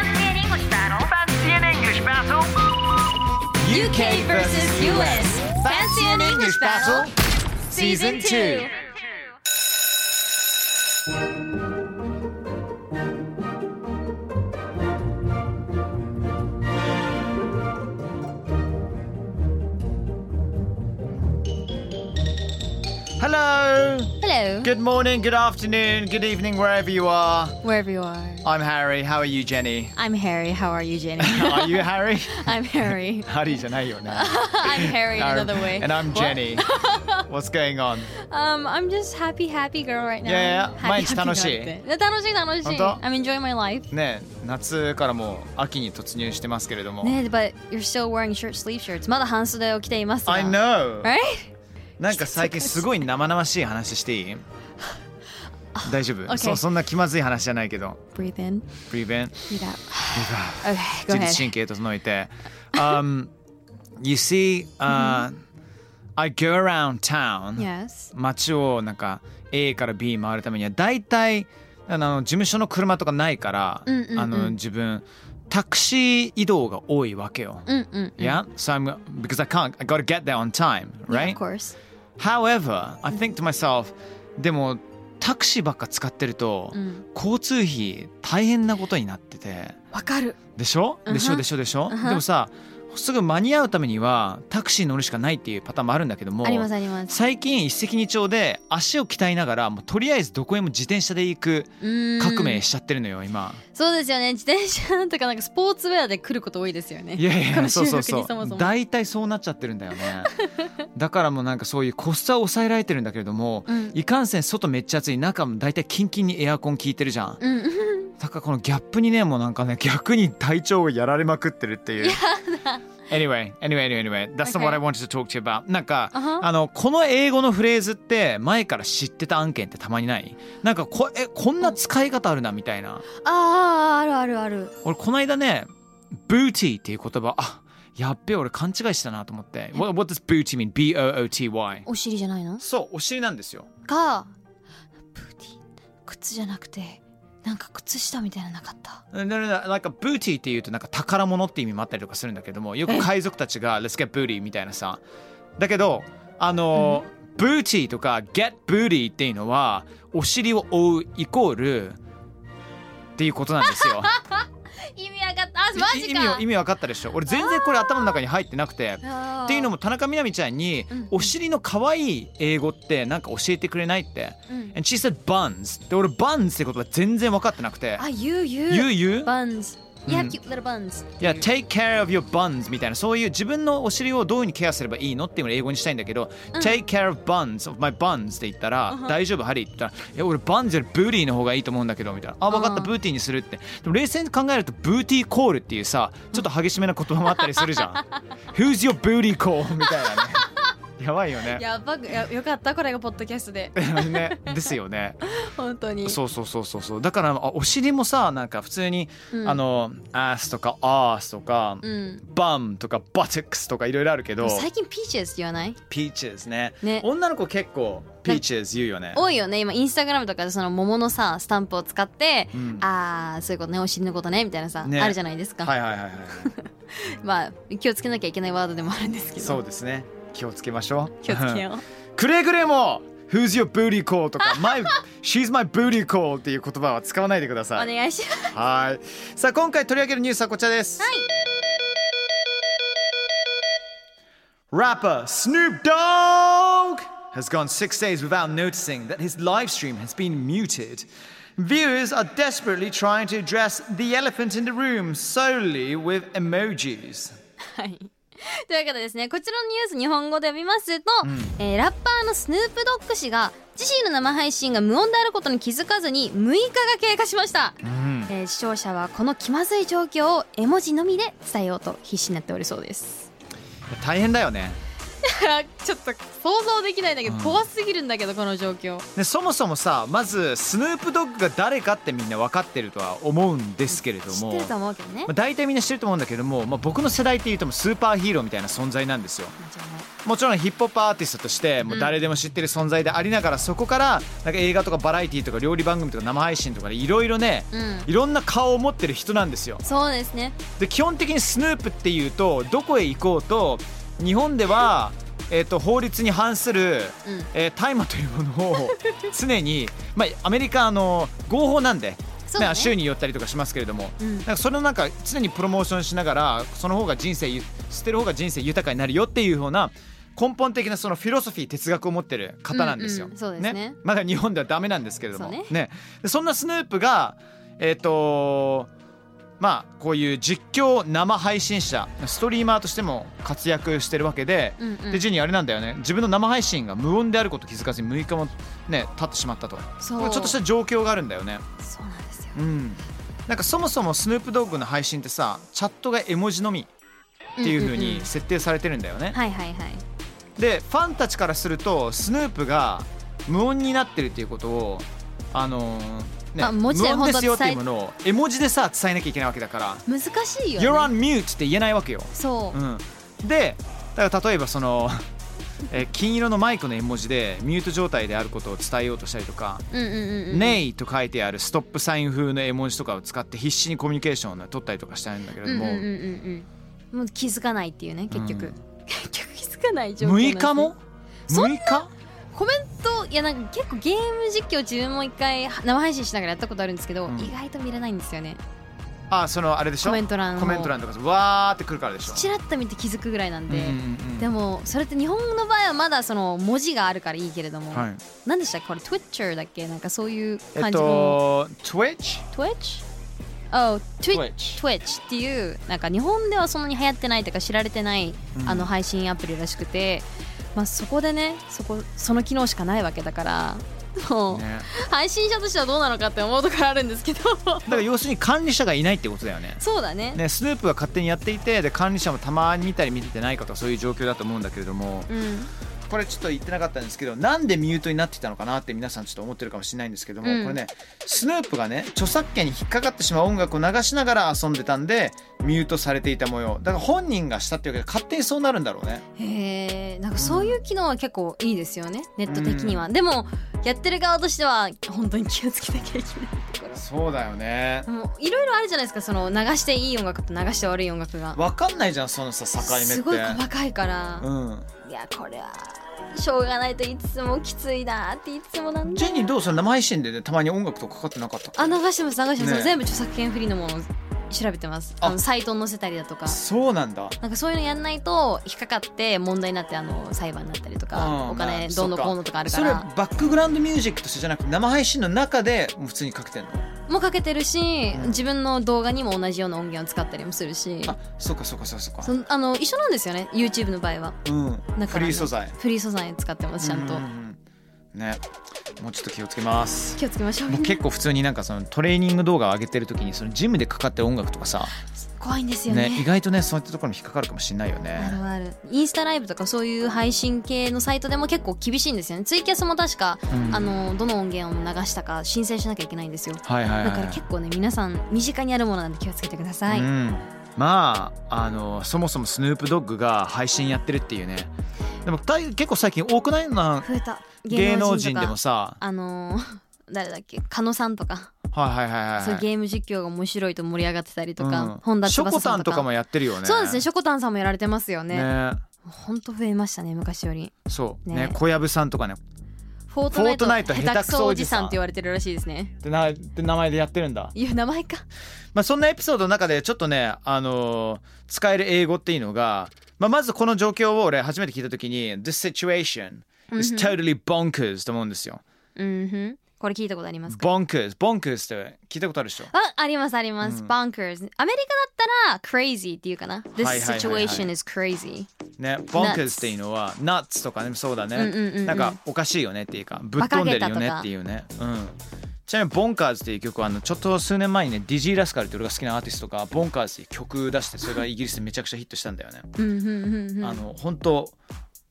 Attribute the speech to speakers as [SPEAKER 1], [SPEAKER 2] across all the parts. [SPEAKER 1] Fancy an English battle. Fancy an English battle.
[SPEAKER 2] UK versus US.
[SPEAKER 1] Fancy an English battle.
[SPEAKER 2] Season 2. Hello.
[SPEAKER 3] Hello
[SPEAKER 2] Good morning, good afternoon, good evening, wherever you are.
[SPEAKER 3] wherever you are
[SPEAKER 2] I'm Harry. How are you, Jenny?
[SPEAKER 3] I'm Harry how are you Jenny
[SPEAKER 2] Are you Harry?
[SPEAKER 3] I'm Harry
[SPEAKER 2] Harry じゃないよね。
[SPEAKER 3] I'm Harry another way
[SPEAKER 2] And I'm Jenny. What's going on?
[SPEAKER 4] Um, I'm just happy, happy girl right now.
[SPEAKER 2] Yeah, yeah.
[SPEAKER 4] Happy,
[SPEAKER 2] 毎日
[SPEAKER 4] happy
[SPEAKER 2] 楽しい
[SPEAKER 4] girl って楽しい、楽しい。
[SPEAKER 2] 本当
[SPEAKER 4] I'm enjoying my life.
[SPEAKER 2] ねえ夏からもう秋に突入してますけれども。
[SPEAKER 4] ね、but you're still wearing shirt sleeve shirts. まだ半袖を着ていますが。
[SPEAKER 2] I know!
[SPEAKER 4] Right?
[SPEAKER 2] なんか最近すごい生々しい話して いい大丈夫、
[SPEAKER 4] Okay
[SPEAKER 2] そうそんな気まずい話じゃないけど。
[SPEAKER 4] Breathe in,
[SPEAKER 2] プリベン、
[SPEAKER 4] breathe out. Okay, go
[SPEAKER 2] 自律神
[SPEAKER 4] ahead.
[SPEAKER 2] 経整えて。um, you see,、uh, I go around town.
[SPEAKER 4] Yes.
[SPEAKER 2] 街をなんか A から B 回るためには大体あの事務所の車とかないから、
[SPEAKER 4] んうんうん
[SPEAKER 2] あの自分タクシー移動が多いわけよ。
[SPEAKER 4] うんうん。
[SPEAKER 2] Yeah, so I'm because I can't, I gotta get there on time,
[SPEAKER 4] Yeah,
[SPEAKER 2] right?
[SPEAKER 4] of course.
[SPEAKER 2] However, I think to myself, でもタクシーばっか使ってると、
[SPEAKER 4] うん。
[SPEAKER 2] 交通費大変なことになってて。
[SPEAKER 4] わかる。
[SPEAKER 2] でしょでしょでしょでしょ、でもさすぐ間に合うためにはタクシー乗るしかないっていうパターンもあるんだけども
[SPEAKER 4] ありますあります。
[SPEAKER 2] 最近一石二鳥で足を鍛えながらもうとりあえずどこへも自転車で行く革
[SPEAKER 4] 革
[SPEAKER 2] 命。しちゃってるのよ今、
[SPEAKER 4] そうですよね。自転 車とかなんかスポーツウェアで来ること多いですよね。
[SPEAKER 2] いやいやい
[SPEAKER 4] こ
[SPEAKER 2] や
[SPEAKER 4] の
[SPEAKER 2] そう
[SPEAKER 4] 収
[SPEAKER 2] そ
[SPEAKER 4] 録
[SPEAKER 2] う
[SPEAKER 4] に
[SPEAKER 2] そ
[SPEAKER 4] そもそうも。
[SPEAKER 2] 大体そうなっちゃってるんだよねだからもうなんかそういうコストは抑えられてるんだけれども、
[SPEAKER 4] うん
[SPEAKER 2] いかんせん外めっちゃ暑い中も大体キンキンにエアコン効いてるじゃん
[SPEAKER 4] うん。
[SPEAKER 2] だからこのギャップにねもうなんかね逆に体調をやられまくってるっていう Anyway, anyway, anyway, anyway. That's not what I wanted to talk to you about. なんか、
[SPEAKER 4] あは
[SPEAKER 2] あの、この英語のフレーズって前から知ってた案件ってたまにないなんかこ、え、こんな使い方あるなみたいな。
[SPEAKER 4] ああ、あるあるある。
[SPEAKER 2] 俺、この間ね、booty っていう言葉、あ、やっべ、俺勘違いしたなと思って。What, what does booty mean? B-O-O-T-Y。
[SPEAKER 4] お尻じゃないの
[SPEAKER 2] そう、お尻なんですよ。
[SPEAKER 4] かブーティー靴じゃなくてなんか靴下みたいなのなかった
[SPEAKER 2] なななんか、booty っていうとなんか宝物って意味もあったりとかするんだけども、よく海賊たちが、let's get booty みたいなさ。だけど、あの、booty とか get booty っていうのは、お尻を覆うイコール、っていうことなんです よ。
[SPEAKER 4] 意味わかったあマ
[SPEAKER 2] い
[SPEAKER 4] ジ
[SPEAKER 2] 意味
[SPEAKER 4] か
[SPEAKER 2] を意味分かったでしょ俺全然これ頭の中に入ってなくて
[SPEAKER 4] っ
[SPEAKER 2] っていうの
[SPEAKER 4] も、
[SPEAKER 2] も田中みな実ちゃんに
[SPEAKER 4] うん
[SPEAKER 2] お尻の可愛い英語ってなんか教えてくれないって
[SPEAKER 4] うん、
[SPEAKER 2] And she said buns で俺 buns って言葉全然分かってなくて
[SPEAKER 4] あ言う言う
[SPEAKER 2] You you?
[SPEAKER 4] buns
[SPEAKER 2] うん
[SPEAKER 4] yeah cute little buns
[SPEAKER 2] いや take care of your buns みたいなそういう自分のお尻をどういうふうにケアすればいいのっていうのを英語にしたいんだけど、take care of buns of my buns って言ったら、大丈夫ハリーって言ったらいや俺バンズよりブーティーの方がいいと思うんだけどみたいなあ分かった、
[SPEAKER 4] うん
[SPEAKER 2] ブーティーにするってでも冷静に考えるとブーティーコールっていうさちょっと激しめな言葉もあったりするじゃん Who's your booty call? みたいなねやばいよね
[SPEAKER 4] やばくやよかったこれがポッドキャストで
[SPEAKER 2] ねですよね
[SPEAKER 4] 本当に
[SPEAKER 2] そうそうそうそうそうだからあお尻もさなんか普通に、
[SPEAKER 4] うん
[SPEAKER 2] あの ass とか arse とか、
[SPEAKER 4] うん
[SPEAKER 2] バムとかバテックスとかいろいろあるけど
[SPEAKER 4] 最近 peaches 言わない
[SPEAKER 2] ピーチですね
[SPEAKER 4] ね
[SPEAKER 2] 女の子結構ピーチです言うよね
[SPEAKER 4] 多いよね今インスタグラムとかでその桃のさスタンプを使って、
[SPEAKER 2] うん
[SPEAKER 4] ああそういうことねお尻のことねみたいなさ、
[SPEAKER 2] ね
[SPEAKER 4] あるじゃないですか、
[SPEAKER 2] はいはいはいはい
[SPEAKER 4] まあ気をつけなきゃいけないワードでもあるん ですけど
[SPEAKER 2] そうですね気をつけましょう
[SPEAKER 4] 気をつ けよう
[SPEAKER 2] くれぐれも Who's your booty call とか My She's my booty call っていう言葉は使わないでくだ
[SPEAKER 4] お
[SPEAKER 2] さい
[SPEAKER 4] 願いします
[SPEAKER 2] はいさあ今回取り上げるニュースはこちらです、 Rapper Snoop Dogg has gone six days without noticing that his live stream has been muted. Viewers are desperately trying to address the elephant in the room solely with emojis.
[SPEAKER 4] はい。というわけでですね、こちらのニュース日本語で見ますと、えーラッパーのスヌープドッグ氏が自身の生配信が無音であることに気づかずに6日が経過しました、えー視聴者はこの気まずい状況を絵文字のみで伝えようと必死になっておるそうです
[SPEAKER 2] 大変だよね。
[SPEAKER 4] だから ちょっと想像できないんだけど、怖すぎるんだけどこの状況
[SPEAKER 2] でそもそもさまずスヌープドッグが誰かってみんな分かってるとは思うんですけれども
[SPEAKER 4] 知ってると思うけどね、
[SPEAKER 2] まあ、大体みんな知ってると思うんだけども、まあ、僕の世代っていうともうスーパーヒーローみたいな存在なんですよ
[SPEAKER 4] じゃあ
[SPEAKER 2] もちろんヒップホップアーティストとしてもう誰でも知ってる存在でありながら、そこからなんか映画とかバラエティーとか料理番組とか生配信とかでいろいろね、
[SPEAKER 4] うん
[SPEAKER 2] いろんな顔を持ってる人なんですよ
[SPEAKER 4] そうですね
[SPEAKER 2] で基本的にスヌープっていうとどこへ行こうと日本では、えー、と法律に反する
[SPEAKER 4] うん
[SPEAKER 2] えー大麻、というもの を常に、まあ、アメリカあの合法なんで、
[SPEAKER 4] そうだね
[SPEAKER 2] ね州に寄ったりとかしますけれども、
[SPEAKER 4] うん
[SPEAKER 2] なんかそれをなんか常にプロモーションしながらその方が人生ゆ捨てる方が人生豊かになるよっていうような根本的なそのフィロソフィー哲学を持ってる方なんですよ。
[SPEAKER 4] うんうんそうですね
[SPEAKER 2] まだ日本ではダメなんですけれども
[SPEAKER 4] そうね
[SPEAKER 2] でそんなスヌープがえっ、とまあこういう実況生配信者ストリーマーとしても活躍してるわけで、
[SPEAKER 4] うんうん
[SPEAKER 2] でジュニーあれなんだよね自分の生配信が無音であること気づかずに6日もね経ってしまったと
[SPEAKER 4] そう
[SPEAKER 2] これちょっとした状況があるんだよね
[SPEAKER 4] そうなんですよ
[SPEAKER 2] うんなんかそもそもスヌープドッグの配信ってさチャットが絵文字のみっていう風
[SPEAKER 4] んん
[SPEAKER 2] に
[SPEAKER 4] ん
[SPEAKER 2] 設定されてるんだよね、
[SPEAKER 4] はいはいはい
[SPEAKER 2] でファンたちからするとスヌープが無音になってるっていうことをあのーね、
[SPEAKER 4] あ文字で
[SPEAKER 2] 無音ですよっていうも
[SPEAKER 4] 本
[SPEAKER 2] のを絵文字でさ伝えなきゃいけないわけだから
[SPEAKER 4] 難しい
[SPEAKER 2] 「
[SPEAKER 4] よ、ね、
[SPEAKER 2] You're on mute」って言えないわけよ、
[SPEAKER 4] そう、
[SPEAKER 2] うん、でだから例えばそのえー金色のマイクの絵文字でミュート状態であることを伝えようとしたりとか
[SPEAKER 4] うんうんうん
[SPEAKER 2] 「
[SPEAKER 4] うん
[SPEAKER 2] Nay、と書いてあるストップサイン風の絵文字とかを使って必死にコミュニケーションを取ったりとかしたいんだけれども、
[SPEAKER 4] うんうんうんうんうん、もう気づかないっていうね結局、
[SPEAKER 2] うん
[SPEAKER 4] 結局気づかない状況なんですね
[SPEAKER 2] 6日も
[SPEAKER 4] そん
[SPEAKER 2] ?6 日
[SPEAKER 4] コメントいやなんか結構ゲーム実況自分も一回生配信しながらやったことあるんですけど、
[SPEAKER 2] うん
[SPEAKER 4] 意外と見れないんですよね
[SPEAKER 2] あそのあれでしょ
[SPEAKER 4] コメント欄を
[SPEAKER 2] コメント欄とかわーってくるからでしょ
[SPEAKER 4] ちらっと見て気づくぐらいなんで、で
[SPEAKER 2] でも、
[SPEAKER 4] もそれって日本の場合はまだその文字があるからいいけれども、
[SPEAKER 2] はい、
[SPEAKER 4] 何でしたっけこれ Twitter だっけなんかそういう
[SPEAKER 2] えっ
[SPEAKER 4] 感じの、
[SPEAKER 2] と Twitch?
[SPEAKER 4] Twitch? Oh, Twitch
[SPEAKER 2] Twitch
[SPEAKER 4] Twitch っていうなんか日本ではそんなに流行ってないとか知られてない、あの配信アプリらしくて、まあ、そこでねそこその機能しかないわけだからもう、
[SPEAKER 2] ね、
[SPEAKER 4] 配信者としてはどうなのかって思うところあるんです けど
[SPEAKER 2] だから要するに管理者がいないってことだよね
[SPEAKER 4] そうだね
[SPEAKER 2] ねスヌープが勝手にやっていてで管理者もたまに見たり見ててないかとかそういう状況だと思うんだけれども
[SPEAKER 4] うん
[SPEAKER 2] これちょっと言ってなかったんですけどなんでミュートになってたのかなって皆さんちょっと思ってるかもしれないんですけども、
[SPEAKER 4] うん
[SPEAKER 2] これねスヌープがね著作権に引っかかってしまう音楽を流しながら遊んでたんでミュートされていた模様だから本人がしたっていうわけで勝手にそうなるんだろうね
[SPEAKER 4] へえんかそういう機能は結構いいですよねネット的には、でもやってる側としては本当に気をつけなきゃいけないとこ
[SPEAKER 2] そうだよね
[SPEAKER 4] ろもういろいろあるじゃないですかその流していい音楽と流して悪い音楽が
[SPEAKER 2] わかんないじゃんそのさ境目って
[SPEAKER 4] すごい細かいから、
[SPEAKER 2] うん
[SPEAKER 4] いやこれはしょうがないといつもきついなっていつもなん
[SPEAKER 2] ジ
[SPEAKER 4] で
[SPEAKER 2] ェニーどうその生配信で、ね、たまに音楽とかかかってなかったっけ
[SPEAKER 4] あ流してます流してます、
[SPEAKER 2] ね
[SPEAKER 4] 全部著作権フリーのものを調べてます
[SPEAKER 2] あ
[SPEAKER 4] あのサイトに載せたりだとか
[SPEAKER 2] そうなんだ
[SPEAKER 4] なんかそういうのやんないと引っかかって問題になってあの裁判になったりと
[SPEAKER 2] あ
[SPEAKER 4] か
[SPEAKER 2] ー
[SPEAKER 4] お
[SPEAKER 2] ま
[SPEAKER 4] 金
[SPEAKER 2] あ
[SPEAKER 4] どう
[SPEAKER 2] そっ
[SPEAKER 4] の
[SPEAKER 2] か
[SPEAKER 4] こうのとかあるか
[SPEAKER 2] それ
[SPEAKER 4] ら
[SPEAKER 2] はバックグラウンドミュージックとしてじゃなくて生配信の中でもう普通にかけてんの
[SPEAKER 4] もかけてるし
[SPEAKER 2] うん
[SPEAKER 4] 自分の動画にも同じような音源を使ったりもするし
[SPEAKER 2] あそうかそうかそうかそうか
[SPEAKER 4] そのあの一緒なんですよね YouTube の場合は
[SPEAKER 2] うんフ
[SPEAKER 4] だからね
[SPEAKER 2] リー素材
[SPEAKER 4] フリー素材使ってますちゃんと
[SPEAKER 2] うううんねもうちょっと気をつけます
[SPEAKER 4] 気をつけましょうみ
[SPEAKER 2] も
[SPEAKER 4] ん
[SPEAKER 2] う
[SPEAKER 4] な
[SPEAKER 2] 結構普通になんかそのトレーニング動画を上げてる時にそのジムでかかってる音楽とかさ、
[SPEAKER 4] 怖いんですよ
[SPEAKER 2] ね
[SPEAKER 4] ね、
[SPEAKER 2] 意外とねそういったところに引っかかるかもしれないよ
[SPEAKER 4] あ
[SPEAKER 2] ね
[SPEAKER 4] るあるインスタライブとかそういう配信系のサイトでも結構厳しいんですよねツイキャスも確か、
[SPEAKER 2] うん
[SPEAKER 4] あのどの音源を流したか申請しなきゃいけないんですよ
[SPEAKER 2] はいはいはい
[SPEAKER 4] だから結構ね皆さん身近にあるものなんで気をつけてください、
[SPEAKER 2] うん、まああのそもそもスヌープドッグが配信やってるっていうねでも大結構最近多くないな
[SPEAKER 4] 増えた
[SPEAKER 2] 芸能
[SPEAKER 4] と
[SPEAKER 2] 人
[SPEAKER 4] か
[SPEAKER 2] でもさ
[SPEAKER 4] あの ー誰だっけ狩野さんとか、
[SPEAKER 2] はいはいはいはい
[SPEAKER 4] そういうゲーム実況が面白いと盛り上がってたりとか、
[SPEAKER 2] うん
[SPEAKER 4] 本田
[SPEAKER 2] ショ
[SPEAKER 4] 翼
[SPEAKER 2] コ
[SPEAKER 4] さ
[SPEAKER 2] タ
[SPEAKER 4] ん
[SPEAKER 2] ン
[SPEAKER 4] と
[SPEAKER 2] と
[SPEAKER 4] か
[SPEAKER 2] かもやってるよね
[SPEAKER 4] そうですねしょこたんさんもやられてますよね
[SPEAKER 2] ね
[SPEAKER 4] ほんと増えましたね昔より
[SPEAKER 2] そう
[SPEAKER 4] ね
[SPEAKER 2] ね小籔さんとかね
[SPEAKER 4] フォートナ
[SPEAKER 2] フォ
[SPEAKER 4] イト
[SPEAKER 2] ートナイト
[SPEAKER 4] 下手くそおじさ
[SPEAKER 2] 下手くそおじさ
[SPEAKER 4] ん
[SPEAKER 2] ん
[SPEAKER 4] って言われてるらしいですね
[SPEAKER 2] ってなって名前でやってるんだ、
[SPEAKER 4] いう名前か
[SPEAKER 2] まあ、そんなエピソードの中でちょっとねあのー使える英語っていうのが、まあ、まずこの状況を俺初めて聞いた時に This situation is totally bonkers と思うんですよ。
[SPEAKER 4] うんふんこれ聞いたことありますか
[SPEAKER 2] bonkers bonkers って聞いたことあるでしょ
[SPEAKER 4] あありますあります、バン Bonkers アメリカだったら Crazy っていうかな This
[SPEAKER 2] はいはいはいはい
[SPEAKER 4] situation is crazy
[SPEAKER 2] ね、bonkers っていうのは nuts とかねそうだね、
[SPEAKER 4] うんうんうん
[SPEAKER 2] なんかおかしいよねっていうかぶっ飛んでるよねっていうね、うん、ちなみに bonkers っていう曲はあのちょっと数年前にねディジー・ラスカルって俺が好きなアーティストが bonkers っていう曲出してそれがイギリスでめちゃくちゃヒットしたんだよね、
[SPEAKER 4] うんふんふんふん
[SPEAKER 2] あの本当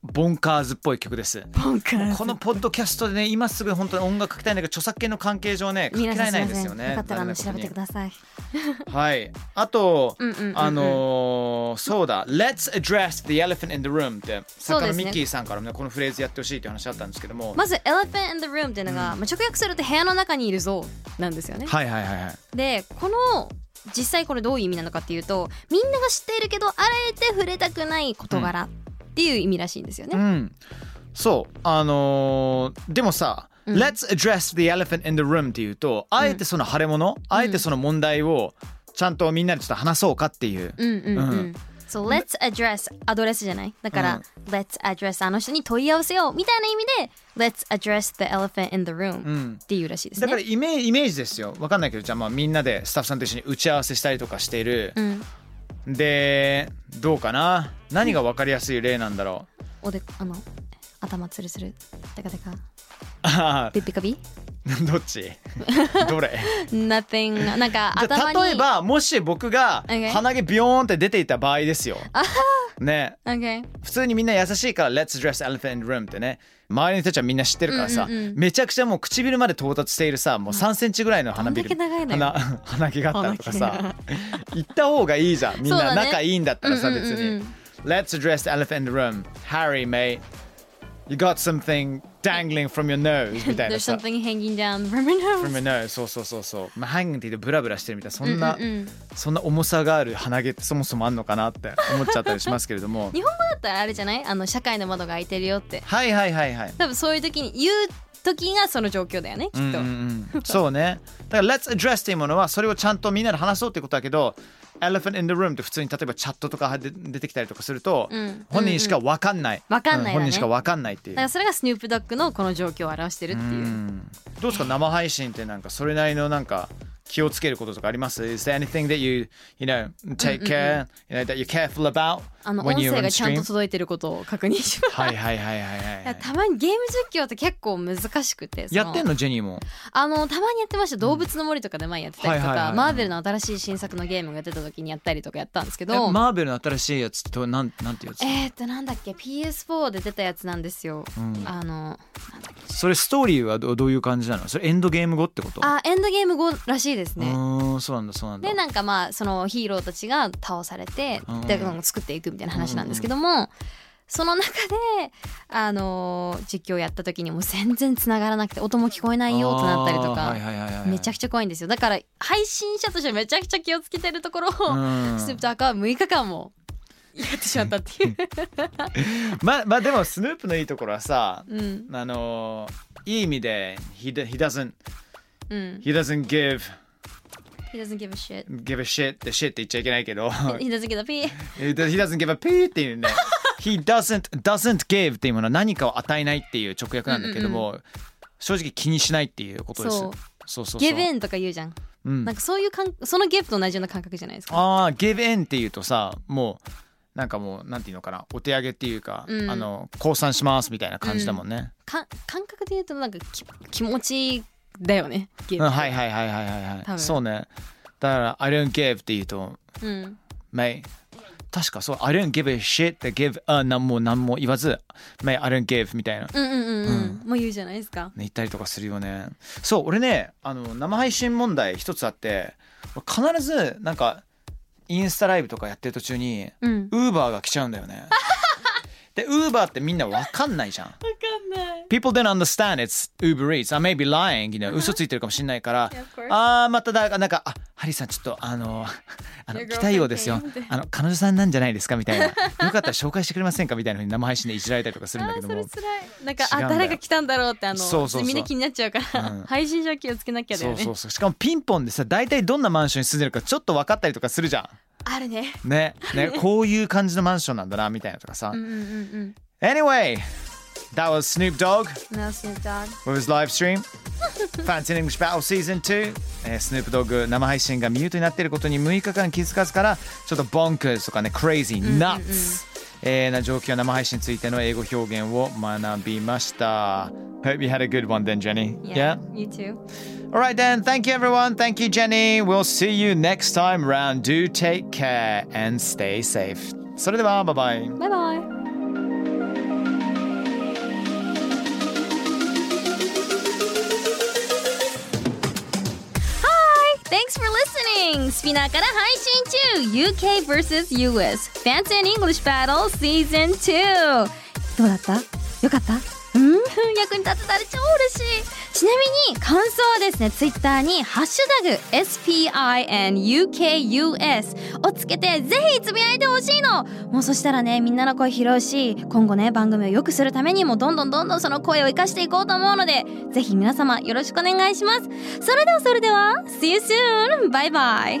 [SPEAKER 2] ボンカーズっぽい曲です
[SPEAKER 4] ボンカー
[SPEAKER 2] このポッドキャストでね今すぐ本当に音楽かけたいんだけど著作権の関係上ねかけ
[SPEAKER 4] 皆さ
[SPEAKER 2] られないいん
[SPEAKER 4] んす
[SPEAKER 2] で
[SPEAKER 4] ません
[SPEAKER 2] すよ
[SPEAKER 4] よ
[SPEAKER 2] ね
[SPEAKER 4] かったらあの調べてください
[SPEAKER 2] はい。あと、
[SPEAKER 4] うんうんうんうん
[SPEAKER 2] あのーそうだ、Let's address the elephant in the room って、
[SPEAKER 4] そう
[SPEAKER 2] 作家
[SPEAKER 4] で
[SPEAKER 2] の
[SPEAKER 4] すね
[SPEAKER 2] ミッキーさんからもね、このフレーズやってほしいっていう話あったんですけども。
[SPEAKER 4] まず Elephant in the Room っていうのが、まあ、直訳すると部屋の中にいるぞなんですよね
[SPEAKER 2] はいはいはいはい。
[SPEAKER 4] でこの実際これどういう意味なのかっていうとみんなが知っているけどあえて触れたくない事柄っていう意味らしいんですよ
[SPEAKER 2] う
[SPEAKER 4] ね。
[SPEAKER 2] ん。そう、あのーでもさ、
[SPEAKER 4] うん
[SPEAKER 2] Let's address the elephant in the room っていうと、あえてその腫れ物、あえてその問題を、ちゃんとみんなでちょっと話そうかっていう。
[SPEAKER 4] うんうんうん。
[SPEAKER 2] うん
[SPEAKER 4] そう Let's address アドレスじゃないだから、Let's address あの人に問い合わせようみたいな意味で Let's address the elephant in the room、
[SPEAKER 2] うん
[SPEAKER 4] っていうらしいですね。
[SPEAKER 2] だからイメージイメージですよわかんないけどじゃあまあみんなでスタッフさんと一緒に打ち合わせしたりとかしている、
[SPEAKER 4] うん、
[SPEAKER 2] でどうかな何がわかりやすい例なんだろう
[SPEAKER 4] おであの頭つるつるテカテカ
[SPEAKER 2] あー
[SPEAKER 4] ピッピカピ
[SPEAKER 2] どっちど れ
[SPEAKER 4] Nothing なんか
[SPEAKER 2] じゃ
[SPEAKER 4] 頭
[SPEAKER 2] あ
[SPEAKER 4] に
[SPEAKER 2] 例えばもし僕が
[SPEAKER 4] Okay
[SPEAKER 2] 鼻毛ビヨーンって出ていた場合ですよ。ね
[SPEAKER 4] OK
[SPEAKER 2] 普通にみんな優しいから「Let's dress elephant in the room」ってね周りの人たちはみんな知ってるからさ、
[SPEAKER 4] うんうんうん
[SPEAKER 2] めちゃくちゃもう唇まで到達しているさもう3センチぐらいの花びら
[SPEAKER 4] どんだけ長いのよ
[SPEAKER 2] 鼻 鼻毛があったらとかさ行った方がいいじゃんみん
[SPEAKER 4] そう
[SPEAKER 2] な
[SPEAKER 4] だね
[SPEAKER 2] 仲いいんだったらさ、
[SPEAKER 4] うんうんうん
[SPEAKER 2] 別に「Let's dress elephant in the room Harry mate you got something dangling from your nose」みたいな
[SPEAKER 4] There's
[SPEAKER 2] さ
[SPEAKER 4] something hanging down from your nose
[SPEAKER 2] ごめんねそうそうそうそう、まあ、ハングティーでブラブラしてるみたいなそんな、
[SPEAKER 4] うんうんうん
[SPEAKER 2] そんな重さがある鼻毛ってそもそもあんのかなって思っちゃったりしますけれども
[SPEAKER 4] 日本語だったらあれじゃないあの社会の窓が開いてるよって
[SPEAKER 2] はいはいはいはい
[SPEAKER 4] 多分そういう時に言う時がその状況だよねきっと、
[SPEAKER 2] うんうんうん、そうねだから Let's address っていうものはそれをちゃんとみんなで話そうってことだけど Elephant in the room って普通に例えばチャットとかで出てきたりとかすると、
[SPEAKER 4] うん
[SPEAKER 2] 本人しか分かんない、
[SPEAKER 4] わかんないだね
[SPEAKER 2] 本人しか分かんないっていう
[SPEAKER 4] だからそれがスヌープドッグのこの状況を表してるっていう、
[SPEAKER 2] どうですか生配信ってなんかそれなりのなんか気をつけることとかあります Is there anything that you, you know, take care, you know, that you're careful about
[SPEAKER 4] あの
[SPEAKER 2] when
[SPEAKER 4] 音
[SPEAKER 2] you're
[SPEAKER 4] 声
[SPEAKER 2] on
[SPEAKER 4] がちゃんと
[SPEAKER 2] stream?
[SPEAKER 4] 届いてることを確認します
[SPEAKER 2] はいはいはいはいはい
[SPEAKER 4] いや
[SPEAKER 2] はい。
[SPEAKER 4] たまにゲーム実況って結構難しくてその
[SPEAKER 2] やってんのジェニーも。
[SPEAKER 4] あのたまにやってました「動物の森」とかで前やってたりと
[SPEAKER 2] はいはいはい
[SPEAKER 4] か
[SPEAKER 2] はい
[SPEAKER 4] マーベルの新しい新作のゲームが出た時にやったりとかやったんですけ
[SPEAKER 2] え
[SPEAKER 4] ど
[SPEAKER 2] マーベルの新しいやつとなんなんていうやつ
[SPEAKER 4] えーっとなんだっけ PS4 で出たやつなんですよ、あの
[SPEAKER 2] それストーリーはどどういう感じなのそれエンドゲーム後ってこと
[SPEAKER 4] あエンドゲーム後らしいです
[SPEAKER 2] う
[SPEAKER 4] ね、
[SPEAKER 2] ーんそうなんだそうなんだ
[SPEAKER 4] で。なんかまあそのヒーローたちが倒されて
[SPEAKER 2] うん
[SPEAKER 4] で作っていくみたいな話なんですけどもその中であのー実況やった時にもう全然繋がらなくて音も聞こえないよってなったりと
[SPEAKER 2] あーはいはいはいは
[SPEAKER 4] か
[SPEAKER 2] い
[SPEAKER 4] めちゃくちゃ怖いんですよだから配信者としてめちゃくちゃ気をつけてるところを
[SPEAKER 2] うん
[SPEAKER 4] スヌープとアカは6日間もやってしまったって いう。
[SPEAKER 2] ままあでもスヌープのいいところはさ、
[SPEAKER 4] うん
[SPEAKER 2] あのーいい意味で he, do- he doesn't
[SPEAKER 4] うん、
[SPEAKER 2] he doesn't give
[SPEAKER 4] He doesn't give a shit.
[SPEAKER 2] give a shit って shit って言っちゃいけないけど
[SPEAKER 4] He doesn't give a pee.
[SPEAKER 2] he doesn't give a pee って いうね he doesn't doesn't give っていうものは何かを与えないっていう直訳なんだけども、正直気にしないっていうことです
[SPEAKER 4] そ
[SPEAKER 2] そ
[SPEAKER 4] う
[SPEAKER 2] うそうそう
[SPEAKER 4] Give in とか言うじゃん。
[SPEAKER 2] うん
[SPEAKER 4] なんかそういうかんそのゲームと同じような感覚じゃないですか。
[SPEAKER 2] ああ give in っていうとさもうなんかもうなんていうのかなお手上げっていうか、
[SPEAKER 4] うん
[SPEAKER 2] あの降参しますみたいな感じだもんね、
[SPEAKER 4] か感覚で言うとなんかき気持ちだよね。ゲー
[SPEAKER 2] う
[SPEAKER 4] ム
[SPEAKER 2] ん、はいはいはいはいはいは
[SPEAKER 4] 多
[SPEAKER 2] い
[SPEAKER 4] 分
[SPEAKER 2] そうねだから I don't give って言うと
[SPEAKER 4] うん、
[SPEAKER 2] May 確かそう I don't give a shit って give a 何も何も言わず May I don't give みたいな
[SPEAKER 4] うんうんうんうん、もう言うじゃないですか。
[SPEAKER 2] ね、行ったりとかするよねそう俺ねあの生配信問題一つあって俺必ずなんかインスタライブとかやってる途中に
[SPEAKER 4] うん。
[SPEAKER 2] ウーバーが来ちゃうんだよねでウーバーってみんなわかんないじゃん
[SPEAKER 4] わかんない。
[SPEAKER 2] People didn't understand it's Uber Eats I may be lying you know 嘘ついてるかもしれないから
[SPEAKER 4] Yeah, of course.
[SPEAKER 2] あーまただなんかあハリーさんちょっとあ のあの
[SPEAKER 4] Your
[SPEAKER 2] 来たようですよ
[SPEAKER 4] girlfriend came.
[SPEAKER 2] あの彼女さんなんじゃないですかみたいなよかったら紹介してくれませんかみたいなふうに生配信でいじられたりとかするんだ
[SPEAKER 4] あ
[SPEAKER 2] け
[SPEAKER 4] ー
[SPEAKER 2] ど
[SPEAKER 4] そ
[SPEAKER 2] も
[SPEAKER 4] れつらい。なんか
[SPEAKER 2] 違うん
[SPEAKER 4] あ
[SPEAKER 2] だよ
[SPEAKER 4] 誰が来たんだろうってあの
[SPEAKER 2] そうそうそう
[SPEAKER 4] みんな気になっちゃうから、
[SPEAKER 2] うん
[SPEAKER 4] 配信者は気をつけなきゃだよね。
[SPEAKER 2] そうそうそうしかもピンポンでさ大体どんなマンションに住んでるかちょっと分かったりとかするじゃん
[SPEAKER 4] あるね
[SPEAKER 2] ね ねこういう感じのマンションなんだなみたいなとかさ、
[SPEAKER 4] うんうんうん
[SPEAKER 2] Anyway that was Snoop Dogg
[SPEAKER 4] うんナースネタ
[SPEAKER 2] with his live stream Fancy English Battle Season 2、えー、スヌープドッグ生配信がミュートになっていることに6日間気づかずからちょっとボンクスとかねクレイジーナッツえーな状況生配信についての英語表現を学びました Hope you had a good one then Jenny
[SPEAKER 4] Yeah, you too.
[SPEAKER 2] All right, then. Thank you, everyone. Thank you, Jenny. We'll see you next time round. Do take care and stay safe. それでは、バイバイ。
[SPEAKER 4] Bye bye. Hi! Thanks for listening! スピナーから配信中 !UK vs. US Fancy and English Battle Season 2! どうだったよかったうん役に立てたら超嬉しいちなみに感想はですね、ツイッターにハッシュタグ SPINUKUS をつけてぜひつぶやいてほしいのもうそしたらね、みんなの声拾うし、今後ね、番組を良くするためにもどんどんどんどんその声を活かしていこうと思うので、ぜひ皆様よろしくお願いします。それではそれでは、See you soon! バイバイ